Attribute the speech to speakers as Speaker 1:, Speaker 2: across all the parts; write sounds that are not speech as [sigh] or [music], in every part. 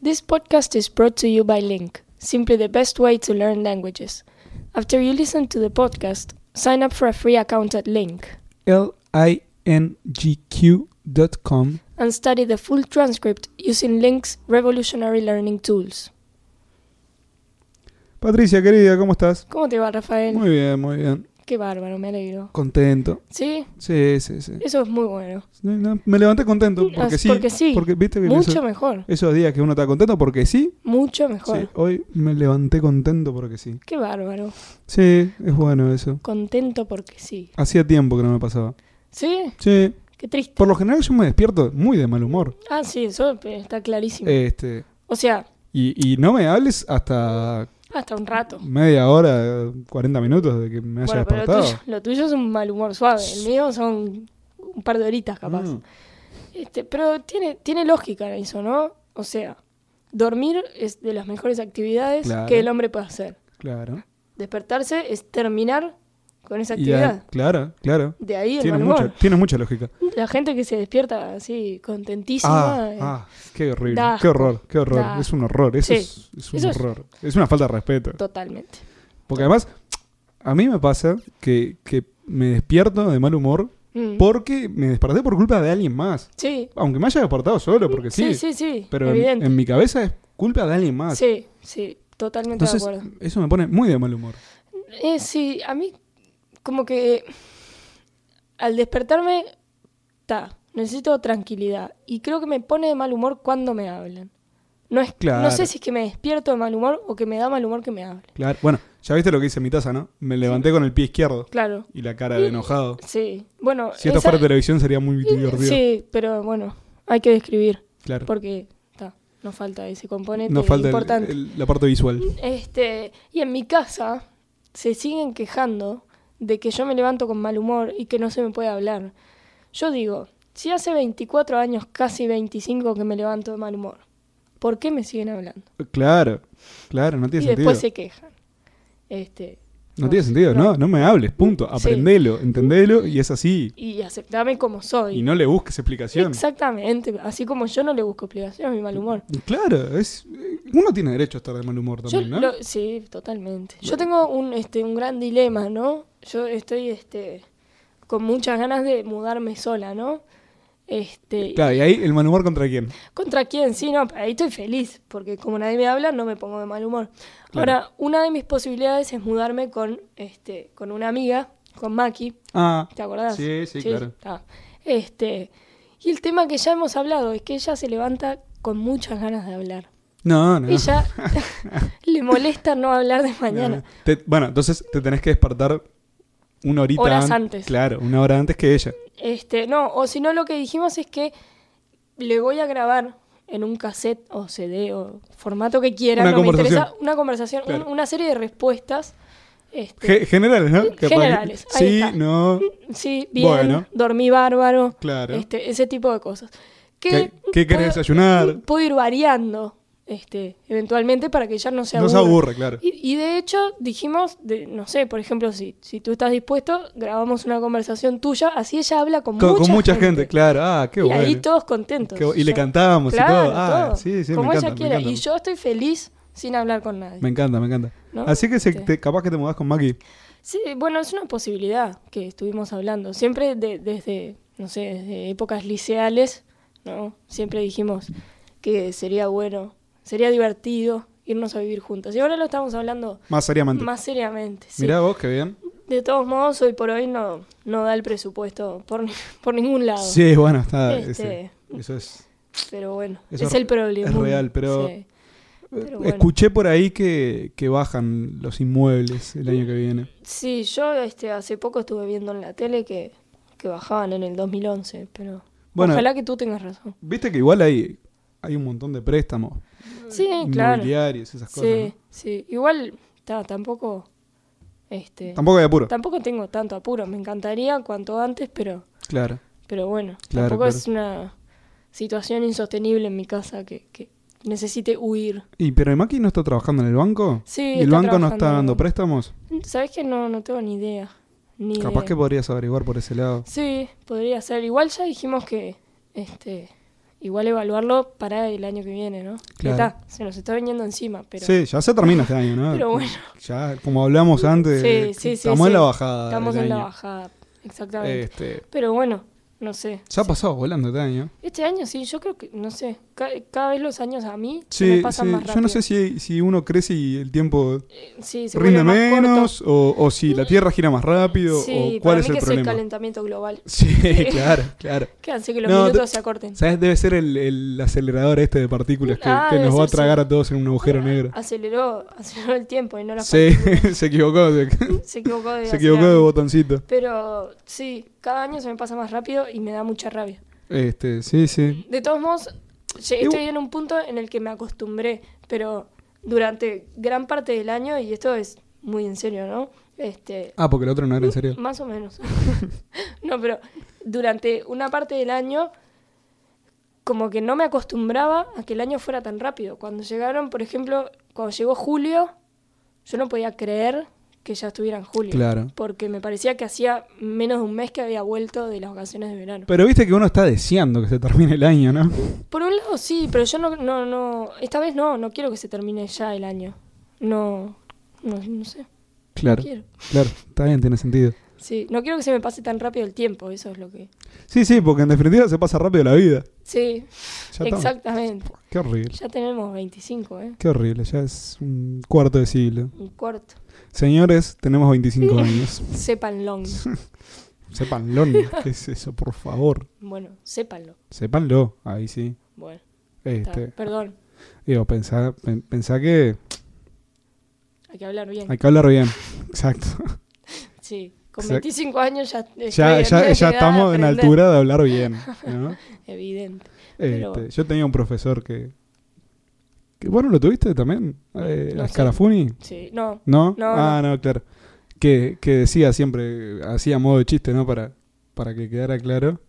Speaker 1: This podcast is brought to you by Link, simply the best way to learn languages. After you listen to the podcast, sign up for a free account at Link
Speaker 2: lingq.com.
Speaker 1: and study the full transcript using Link's revolutionary learning tools.
Speaker 2: Patricia, querida, ¿cómo estás?
Speaker 1: ¿Cómo te va, Rafael?
Speaker 2: Muy bien, muy bien.
Speaker 1: Qué bárbaro, me alegro.
Speaker 2: Contento.
Speaker 1: Sí,
Speaker 2: Sí, sí, sí.
Speaker 1: eso es muy bueno.
Speaker 2: No, no, Me levanté contento
Speaker 1: Mm,
Speaker 2: porque
Speaker 1: as-
Speaker 2: sí.
Speaker 1: porque sí.
Speaker 2: Porque, ¿viste que
Speaker 1: Mucho
Speaker 2: esos,
Speaker 1: mejor,
Speaker 2: esos días que uno está contento porque sí?
Speaker 1: mucho mejor.
Speaker 2: Sí, hoy me levanté contento porque sí.
Speaker 1: Qué bárbaro.
Speaker 2: Sí, es bueno eso.
Speaker 1: Contento porque sí.
Speaker 2: Hacía tiempo que no me pasaba.
Speaker 1: Sí,
Speaker 2: Sí,
Speaker 1: qué triste.
Speaker 2: por lo general yo me despierto muy de mal humor.
Speaker 1: Ah, sí, eso eh, está clarísimo.
Speaker 2: Este,
Speaker 1: o sea,
Speaker 2: y, y no me hables hasta
Speaker 1: hasta un rato.
Speaker 2: media hora, 40 minutos de que me haya
Speaker 1: Bueno, pero lo
Speaker 2: despertado.
Speaker 1: tuyo, lo tuyo es un mal humor suave. El mío son un par de horitas, capaz.
Speaker 2: Mm.
Speaker 1: Este, pero tiene, tiene lógica eso, ¿no? O sea, dormir es de las mejores actividades
Speaker 2: Claro.
Speaker 1: que el hombre puede hacer.
Speaker 2: Claro.
Speaker 1: Despertarse es terminar con esa
Speaker 2: Y ya-
Speaker 1: actividad.
Speaker 2: claro, claro.
Speaker 1: De ahí el
Speaker 2: Tienes
Speaker 1: mal
Speaker 2: mucha,
Speaker 1: humor.
Speaker 2: tienes mucha lógica.
Speaker 1: La gente que se despierta así, contentísima.
Speaker 2: Ah,
Speaker 1: eh,
Speaker 2: ah, qué horrible.
Speaker 1: da
Speaker 2: Qué horror, qué horror.
Speaker 1: Da
Speaker 2: Es un horror. Eso
Speaker 1: Sí.
Speaker 2: es, es un
Speaker 1: Eso es-
Speaker 2: horror. Es una falta de respeto.
Speaker 1: Totalmente.
Speaker 2: Porque además, a mí me pasa que, que me despierto de mal humor
Speaker 1: Mm.
Speaker 2: porque me desperté por culpa de alguien más.
Speaker 1: Sí.
Speaker 2: Aunque me haya despertado solo, porque sí.
Speaker 1: Sí, sí, sí.
Speaker 2: pero en,
Speaker 1: evidente.
Speaker 2: en mi cabeza es culpa de alguien más.
Speaker 1: Sí, sí, totalmente
Speaker 2: Entonces,
Speaker 1: de acuerdo.
Speaker 2: eso me pone muy de mal humor.
Speaker 1: Eh, sí, a mí como que al despertarme, ta, necesito tranquilidad. Y creo que me pone de mal humor cuando me hablan. No, es,
Speaker 2: Claro.
Speaker 1: no sé si es que me despierto de mal humor o que me da mal humor que me hablen.
Speaker 2: Claro. Bueno, ya viste lo que hice en mi taza, ¿no? Me levanté con el pie izquierdo
Speaker 1: Claro,
Speaker 2: y la cara de enojado.
Speaker 1: sí. Bueno,
Speaker 2: Si esto
Speaker 1: esa-
Speaker 2: fuera televisión sería muy divertido.
Speaker 1: sí, pero bueno, hay que describir
Speaker 2: Claro.
Speaker 1: porque ta, nos falta ese componente
Speaker 2: Nos falta el-
Speaker 1: importante.
Speaker 2: el- la parte visual.
Speaker 1: Este, y en mi casa se siguen quejando de que yo me levanto con mal humor y que no se me puede hablar. Yo digo, si hace 24 años, casi 25 que me levanto de mal humor, ¿por qué me siguen hablando?
Speaker 2: Claro, claro, no
Speaker 1: Y
Speaker 2: tiene sentido.
Speaker 1: después se quejan. Este,
Speaker 2: No tiene sentido, no, no me hables, punto.
Speaker 1: Sí.
Speaker 2: Aprendelo, entendelo y es así.
Speaker 1: Y aceptame como soy.
Speaker 2: Y no le busques explicación.
Speaker 1: Exactamente, así como yo no le busco explicación a mi mal humor.
Speaker 2: Claro, es, uno tiene derecho a estar de mal humor
Speaker 1: Yo
Speaker 2: también, ¿no?
Speaker 1: lo- sí, totalmente. Yo tengo un, este, un gran dilema, ¿no? Yo estoy este, con muchas ganas de mudarme sola, ¿no? Este,
Speaker 2: Claro, y ahí el mal humor contra quién.
Speaker 1: ¿Contra quién? Sí, no, ahí estoy feliz, porque como nadie me habla, no me pongo de mal humor.
Speaker 2: Claro.
Speaker 1: Ahora, una de mis posibilidades es mudarme con, este, con una amiga, con Maki,
Speaker 2: Ah,
Speaker 1: ¿te acordás?
Speaker 2: Sí, sí, claro.
Speaker 1: está. Este, y el tema que ya hemos hablado es que ella se levanta con muchas ganas de hablar.
Speaker 2: no, no. [laughs]
Speaker 1: Ella [laughs] le molesta no hablar de mañana.
Speaker 2: No. Te- bueno, entonces te tenés que despertar una horita
Speaker 1: Horas
Speaker 2: an-
Speaker 1: antes.
Speaker 2: Claro, una hora antes que ella.
Speaker 1: Este, no, o si no lo que dijimos es que le voy a grabar en un cassette o CD o formato que quiera,
Speaker 2: Una
Speaker 1: no me
Speaker 2: conversación.
Speaker 1: interesa, una conversación, un-
Speaker 2: Claro.
Speaker 1: una serie de respuestas. este,
Speaker 2: Ge- generales, ¿no? Capaz-
Speaker 1: Generales, ahí
Speaker 2: Sí,
Speaker 1: está.
Speaker 2: no.
Speaker 1: sí, bien,
Speaker 2: bueno.
Speaker 1: dormí bárbaro,
Speaker 2: Claro.
Speaker 1: este, ese tipo de cosas.
Speaker 2: ¿Qué, qué
Speaker 1: puedo-
Speaker 2: querés desayunar?
Speaker 1: Puedo ir variando, este, eventualmente para que ya no se
Speaker 2: No se aburre, claro.
Speaker 1: Y, y de hecho dijimos, de- no sé, por ejemplo, si, si tú estás dispuesto, grabamos una conversación tuya, así ella habla con,
Speaker 2: Con con
Speaker 1: mucha,
Speaker 2: gente. claro. Ah, qué
Speaker 1: y
Speaker 2: bueno.
Speaker 1: ahí todos contentos.
Speaker 2: Qué bu- y le
Speaker 1: Yo-
Speaker 2: cantábamos
Speaker 1: Claro,
Speaker 2: y todo. Ah,
Speaker 1: todo.
Speaker 2: sí, sí,
Speaker 1: Como
Speaker 2: me encanta.
Speaker 1: ella
Speaker 2: me
Speaker 1: quiera.
Speaker 2: encanta.
Speaker 1: Y yo estoy feliz sin hablar con nadie.
Speaker 2: Me encanta, me encanta.
Speaker 1: ¿No?
Speaker 2: Así que se-
Speaker 1: Este.
Speaker 2: te- capaz que te mudás con Maki.
Speaker 1: Sí, bueno, es una posibilidad que estuvimos hablando. Siempre de- desde, no sé, desde épocas liceales, ¿no? Siempre dijimos que sería bueno, sería divertido irnos a vivir juntas. Y ahora lo estamos hablando
Speaker 2: Más seriamente.
Speaker 1: más seriamente. sí.
Speaker 2: Mirá vos, qué bien.
Speaker 1: De todos modos, hoy por hoy no, no da el presupuesto por, ni- [laughs] por ningún lado.
Speaker 2: Sí, bueno, está.
Speaker 1: Este.
Speaker 2: ese- eso es.
Speaker 1: Pero bueno,
Speaker 2: Eso
Speaker 1: es
Speaker 2: re-
Speaker 1: el problema.
Speaker 2: es real, pero-
Speaker 1: Sí.
Speaker 2: eh,
Speaker 1: Pero bueno.
Speaker 2: Escuché por ahí que, que bajan los inmuebles el año que viene.
Speaker 1: Sí, yo este, hace poco estuve viendo en la tele que, que bajaban en el 2011, pero
Speaker 2: Bueno.
Speaker 1: ojalá que tú tengas razón.
Speaker 2: Viste que igual hay, hay un montón de préstamos
Speaker 1: Sí, claro.
Speaker 2: inmobiliarios, esas cosas.
Speaker 1: Sí, sí. Igual, ta, tampoco, este,
Speaker 2: ¿no? Tampoco hay apuro.
Speaker 1: tampoco tengo tanto apuro. Me encantaría cuanto antes, pero,
Speaker 2: claro.
Speaker 1: pero bueno,
Speaker 2: Claro,
Speaker 1: tampoco
Speaker 2: claro.
Speaker 1: es una situación insostenible en mi casa que, que necesite huir.
Speaker 2: ¿Y pero el Maki no está trabajando en el banco?
Speaker 1: Sí,
Speaker 2: ¿Y el
Speaker 1: está
Speaker 2: banco no está
Speaker 1: trabajando.
Speaker 2: dando préstamos?
Speaker 1: Sabes que no, no tengo ni idea. Ni
Speaker 2: Capaz
Speaker 1: idea.
Speaker 2: que podrías averiguar por ese lado.
Speaker 1: Sí, podría ser. Igual ya dijimos que este igual evaluarlo para el año que viene, ¿no? Ya
Speaker 2: Claro.
Speaker 1: Está, se nos está viniendo encima, pero
Speaker 2: sí, ya se termina este año,
Speaker 1: [laughs]
Speaker 2: ¿no?
Speaker 1: Pero bueno.
Speaker 2: Ya, como hablamos antes,
Speaker 1: Sí, sí, sí,
Speaker 2: estamos
Speaker 1: sí.
Speaker 2: en la bajada.
Speaker 1: estamos
Speaker 2: del
Speaker 1: en la
Speaker 2: año.
Speaker 1: bajada, exactamente.
Speaker 2: Este,
Speaker 1: Pero bueno, no sé.
Speaker 2: ya ha pasado volando este año.
Speaker 1: Este año sí, yo creo que, no sé, ca- cada vez los años a mí se me
Speaker 2: Sí,
Speaker 1: pasan
Speaker 2: sí.
Speaker 1: más rápido.
Speaker 2: Yo no sé si, si uno crece y el tiempo
Speaker 1: Sí, se
Speaker 2: rinde
Speaker 1: vuelve más corto. Mm.
Speaker 2: menos, o, o si la Tierra gira más rápido,
Speaker 1: Sí,
Speaker 2: o cuál
Speaker 1: para
Speaker 2: es
Speaker 1: mí
Speaker 2: el
Speaker 1: que es el
Speaker 2: problema.
Speaker 1: calentamiento global,
Speaker 2: [laughs] sí, claro, claro.
Speaker 1: que hace que los
Speaker 2: No,
Speaker 1: minutos se acorten.
Speaker 2: ¿Sabes? Debe ser el, el acelerador este de partículas que,
Speaker 1: Ah,
Speaker 2: que
Speaker 1: debe
Speaker 2: nos va a
Speaker 1: ser,
Speaker 2: tragar
Speaker 1: sí. Ah,
Speaker 2: a todos en un agujero negro.
Speaker 1: Aceleró, [laughs] aceleró el tiempo y no la
Speaker 2: Sí, [laughs] se equivocó, se,
Speaker 1: [laughs] se equivocó de
Speaker 2: se equivocó de
Speaker 1: acelerar.
Speaker 2: botoncito.
Speaker 1: Pero sí, cada año se me pasa más rápido y me da mucha rabia.
Speaker 2: Este, sí, sí.
Speaker 1: De todos modos, lle-
Speaker 2: Igu-
Speaker 1: estoy en un punto en el que me acostumbré, pero durante gran parte del año, y esto es muy en serio, ¿no? Este,
Speaker 2: Ah, porque el otro no era en serio.
Speaker 1: Más o menos. [laughs] no, pero durante una parte del año, como que no me acostumbraba a que el año fuera tan rápido. Cuando llegaron, por ejemplo, cuando llegó julio, yo no podía creer que ya estuviera en julio.
Speaker 2: Claro.
Speaker 1: Porque me parecía que hacía menos de un mes que había vuelto de las vacaciones de verano.
Speaker 2: Pero viste que uno está deseando que se termine el año, ¿no?
Speaker 1: Por un lado sí, pero yo no, no, no, esta vez no, no quiero que se termine ya el año. No, no, no sé,
Speaker 2: Claro,
Speaker 1: quiero.
Speaker 2: claro. Está bien, tiene sentido.
Speaker 1: Sí, no quiero que se me pase tan rápido el tiempo, eso es lo que...
Speaker 2: Sí, sí, porque en definitiva se pasa rápido la vida.
Speaker 1: Sí,
Speaker 2: Ya estamos.
Speaker 1: exactamente.
Speaker 2: Qué horrible.
Speaker 1: Ya tenemos 25, ¿eh?
Speaker 2: Qué horrible, ya es un cuarto de siglo.
Speaker 1: Un cuarto.
Speaker 2: Señores, tenemos 25 años. [laughs]
Speaker 1: Sépanlo.
Speaker 2: Sépanlo, ¿qué es eso? Por favor,
Speaker 1: Bueno, sépanlo.
Speaker 2: sépanlo. Ahí sí.
Speaker 1: Bueno, está.
Speaker 2: Este,
Speaker 1: perdón,
Speaker 2: digo, pensá, pen- pensá que
Speaker 1: hay que hablar bien.
Speaker 2: hay que hablar bien. Exacto.
Speaker 1: Sí, con
Speaker 2: Exacto.
Speaker 1: 25 años ya estoy
Speaker 2: Ya,
Speaker 1: en
Speaker 2: ya,
Speaker 1: edad
Speaker 2: ya
Speaker 1: de
Speaker 2: estamos
Speaker 1: aprender.
Speaker 2: en altura de hablar bien. ¿no?
Speaker 1: Evidente.
Speaker 2: Este,
Speaker 1: Pero-
Speaker 2: yo tenía un profesor que. que bueno, ¿lo tuviste también? Eh,
Speaker 1: No
Speaker 2: a
Speaker 1: sé.
Speaker 2: Scarafuni.
Speaker 1: Sí, no.
Speaker 2: ¿No?
Speaker 1: Ah, No,
Speaker 2: ah, no, claro. Que, que decía siempre, eh, hacía modo de chiste, ¿no? Para, para que quedara claro.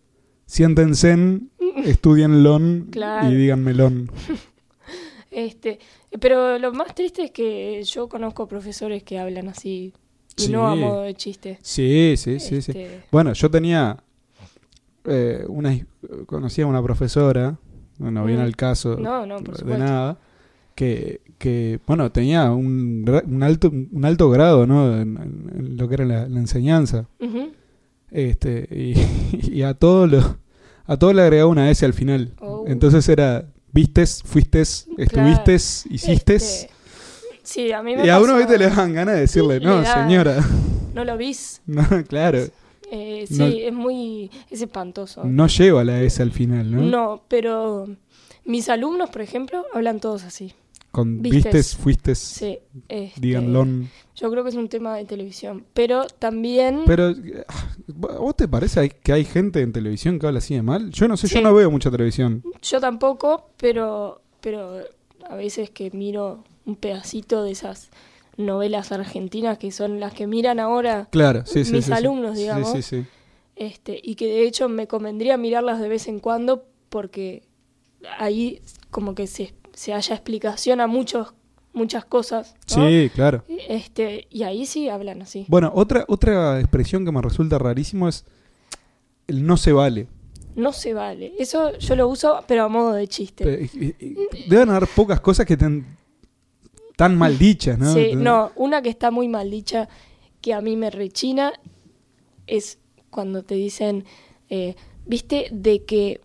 Speaker 1: [laughs]
Speaker 2: Siéntense, en, estudien lon
Speaker 1: Claro.
Speaker 2: y díganme lon.
Speaker 1: Este, pero lo más triste es que yo conozco profesores que hablan así y
Speaker 2: Sí.
Speaker 1: no a modo de chiste.
Speaker 2: Sí, sí, sí, sí.
Speaker 1: Este,
Speaker 2: Bueno, yo tenía eh, una his- conocía a una profesora, no viene
Speaker 1: Mm.
Speaker 2: al caso
Speaker 1: No, no, por
Speaker 2: de
Speaker 1: supuesto.
Speaker 2: nada, que, que bueno, tenía un, gra- un alto un alto grado, ¿no? En, en- en lo que era la- la enseñanza.
Speaker 1: Ujú.
Speaker 2: Este, y, [laughs] y a todo lo, a todo le agregaba una S al final.
Speaker 1: Oh.
Speaker 2: Entonces era vistes, fuistes, estuviste, hiciste.
Speaker 1: Este, sí, a mí me
Speaker 2: y a uno
Speaker 1: pasó-
Speaker 2: viste le dan ganas de
Speaker 1: [laughs]
Speaker 2: decirle,
Speaker 1: Le
Speaker 2: no,
Speaker 1: da-
Speaker 2: señora.
Speaker 1: No lo vis.
Speaker 2: [laughs] No, claro.
Speaker 1: Eh, sí,
Speaker 2: No-
Speaker 1: es muy... es espantoso.
Speaker 2: No lleva la S al final, ¿no?
Speaker 1: No, pero mis alumnos, por ejemplo, hablan todos así.
Speaker 2: Con
Speaker 1: vistes.
Speaker 2: vistes, fuistes,
Speaker 1: Sí. este,
Speaker 2: díganlo.
Speaker 1: Yo creo que es un tema de televisión, pero también...
Speaker 2: Pero, ah, ¿vos te parece que hay gente en televisión que habla así de mal? Yo no sé, yo
Speaker 1: Sí.
Speaker 2: no veo mucha televisión.
Speaker 1: Yo tampoco, pero, pero a veces que miro un pedacito de esas novelas argentinas que son las que miran ahora
Speaker 2: Claro, sí, sí.
Speaker 1: Mis
Speaker 2: sí, sí.
Speaker 1: alumnos,
Speaker 2: Sí,
Speaker 1: digamos.
Speaker 2: sí, sí.
Speaker 1: este, y que de hecho me convendría mirarlas de vez en cuando porque ahí como que se, se halla explicación a muchos, muchas cosas. ¿no?
Speaker 2: Sí, claro.
Speaker 1: Este, y ahí sí hablan así.
Speaker 2: Bueno, otra, otra expresión que me resulta rarísimo es el no se vale.
Speaker 1: No se vale. Eso yo lo uso, pero a modo de chiste.
Speaker 2: Eh, eh, eh, Deben haber pocas cosas que estén tan mal dichas, ¿no?
Speaker 1: Sí, no, una que está muy mal dicha, que a mí me rechina, es cuando te dicen, eh, viste, de que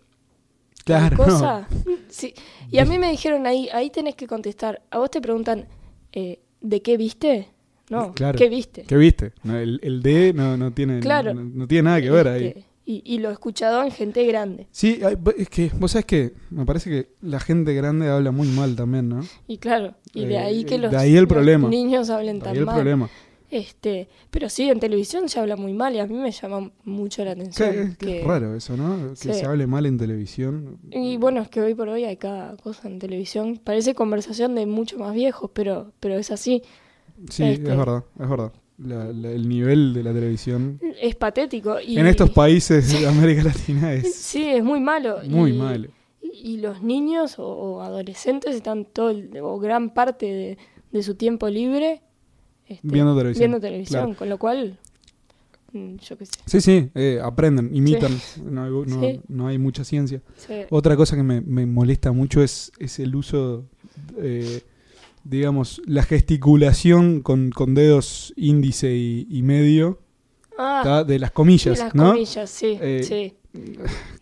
Speaker 1: tal
Speaker 2: Claro, no. [laughs]
Speaker 1: cosa. Sí. Y a mí me dijeron ahí, ahí tenés que contestar. A vos te preguntan, eh, ¿de qué viste? No,
Speaker 2: Claro.
Speaker 1: ¿qué viste?
Speaker 2: ¿Qué viste? No, el, el de no, no tiene,
Speaker 1: Claro.
Speaker 2: no, no tiene nada que ver ahí.
Speaker 1: Este, Y, y lo he escuchado en gente grande.
Speaker 2: Sí, hay- es que vos sabés que me parece que la gente grande habla muy mal también, ¿no?
Speaker 1: Y claro, y de
Speaker 2: Eh,
Speaker 1: ahí que
Speaker 2: de
Speaker 1: los,
Speaker 2: ahí el
Speaker 1: los
Speaker 2: problema.
Speaker 1: niños hablen tan
Speaker 2: Ahí el
Speaker 1: mal.
Speaker 2: problema.
Speaker 1: Este, pero sí, en televisión se habla muy mal y a mí me llama mucho la atención.
Speaker 2: Qué- qué
Speaker 1: que-
Speaker 2: raro eso, ¿no? Que
Speaker 1: Sí.
Speaker 2: se hable mal en televisión.
Speaker 1: Y bueno, es que hoy por hoy hay cada cosa en televisión. Parece conversación de mucho más viejos, pero, pero es así.
Speaker 2: Sí,
Speaker 1: este.
Speaker 2: es verdad, es verdad. La- la- el nivel de la televisión
Speaker 1: Es patético. Y,
Speaker 2: En estos países
Speaker 1: [laughs]
Speaker 2: de América Latina es
Speaker 1: Sí, es muy malo.
Speaker 2: muy
Speaker 1: y,
Speaker 2: malo.
Speaker 1: Y los niños o, o adolescentes están todo el- o gran parte de, de su tiempo libre este,
Speaker 2: Viendo televisión.
Speaker 1: viendo televisión,
Speaker 2: Claro.
Speaker 1: con lo cual mm, yo qué sé.
Speaker 2: Sí, sí, eh, aprenden, imitan, no, hay, no-
Speaker 1: Sí.
Speaker 2: no hay mucha ciencia.
Speaker 1: Sí.
Speaker 2: Otra cosa que me, me molesta mucho es, es el uso, eh, digamos, la gesticulación con, con dedos índice y, y medio
Speaker 1: Ah,
Speaker 2: ta, de las
Speaker 1: y
Speaker 2: comillas,
Speaker 1: las
Speaker 2: ¿no?
Speaker 1: comillas, sí,
Speaker 2: Eh,
Speaker 1: sí.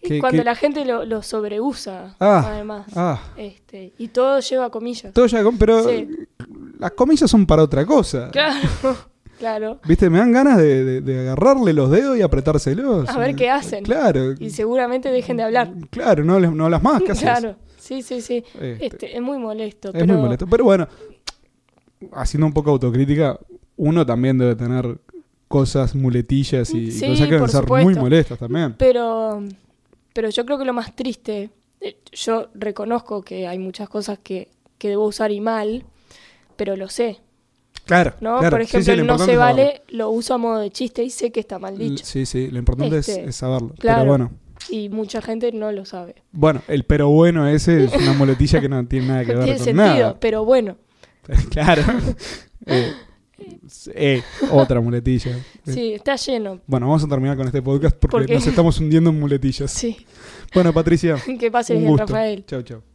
Speaker 1: Y
Speaker 2: que-
Speaker 1: cuando
Speaker 2: que-
Speaker 1: la gente lo, lo sobreusa,
Speaker 2: Ah,
Speaker 1: además.
Speaker 2: Ah,
Speaker 1: Este, y todo lleva comillas.
Speaker 2: todo ya con- pero
Speaker 1: Sí.
Speaker 2: [laughs] las comillas son para otra cosa.
Speaker 1: Claro, [laughs] claro.
Speaker 2: ¿Viste? Me dan ganas de, de- de agarrarle los dedos y apretárselos.
Speaker 1: A ver
Speaker 2: Eh,
Speaker 1: qué hacen.
Speaker 2: Claro.
Speaker 1: Y seguramente dejen de hablar.
Speaker 2: Claro, no, les- no hablas más, Ah, ¿qué
Speaker 1: [laughs]
Speaker 2: haces?
Speaker 1: Claro, sí, sí, sí.
Speaker 2: Este,
Speaker 1: Este, es muy molesto.
Speaker 2: es
Speaker 1: pero,
Speaker 2: muy molesto. Pero bueno, haciendo un poco autocrítica, uno también debe tener cosas, muletillas y, y
Speaker 1: Sí,
Speaker 2: cosas que deben
Speaker 1: por
Speaker 2: ser
Speaker 1: supuesto.
Speaker 2: muy molestas también.
Speaker 1: Pero, pero yo creo que lo más triste, eh, yo reconozco que hay muchas cosas que, que debo usar y mal, pero lo sé,
Speaker 2: Claro,
Speaker 1: ¿no?
Speaker 2: claro.
Speaker 1: Por
Speaker 2: Sí, sí,
Speaker 1: ejemplo,
Speaker 2: lo
Speaker 1: el no
Speaker 2: importante
Speaker 1: se
Speaker 2: es saberlo.
Speaker 1: vale, lo uso a modo de chiste y sé que está mal dicho.
Speaker 2: Sí, sí, lo importante es-
Speaker 1: Este,
Speaker 2: es, saberlo.
Speaker 1: claro.
Speaker 2: Pero bueno,
Speaker 1: Y mucha gente no lo sabe.
Speaker 2: bueno, el pero bueno ese es una muletilla que no tiene nada que ver
Speaker 1: No [laughs] tiene
Speaker 2: con
Speaker 1: sentido,
Speaker 2: nada.
Speaker 1: pero bueno.
Speaker 2: [laughs] claro. Eh, eh, otra muletilla. Eh,
Speaker 1: Sí, está lleno.
Speaker 2: Bueno, vamos a terminar con este podcast porque
Speaker 1: Porque-
Speaker 2: nos estamos hundiendo en muletillas.
Speaker 1: Sí, [laughs]
Speaker 2: Bueno, Patricia,
Speaker 1: que pase
Speaker 2: un
Speaker 1: bien,
Speaker 2: gusto.
Speaker 1: Rafael.
Speaker 2: Chau, chau.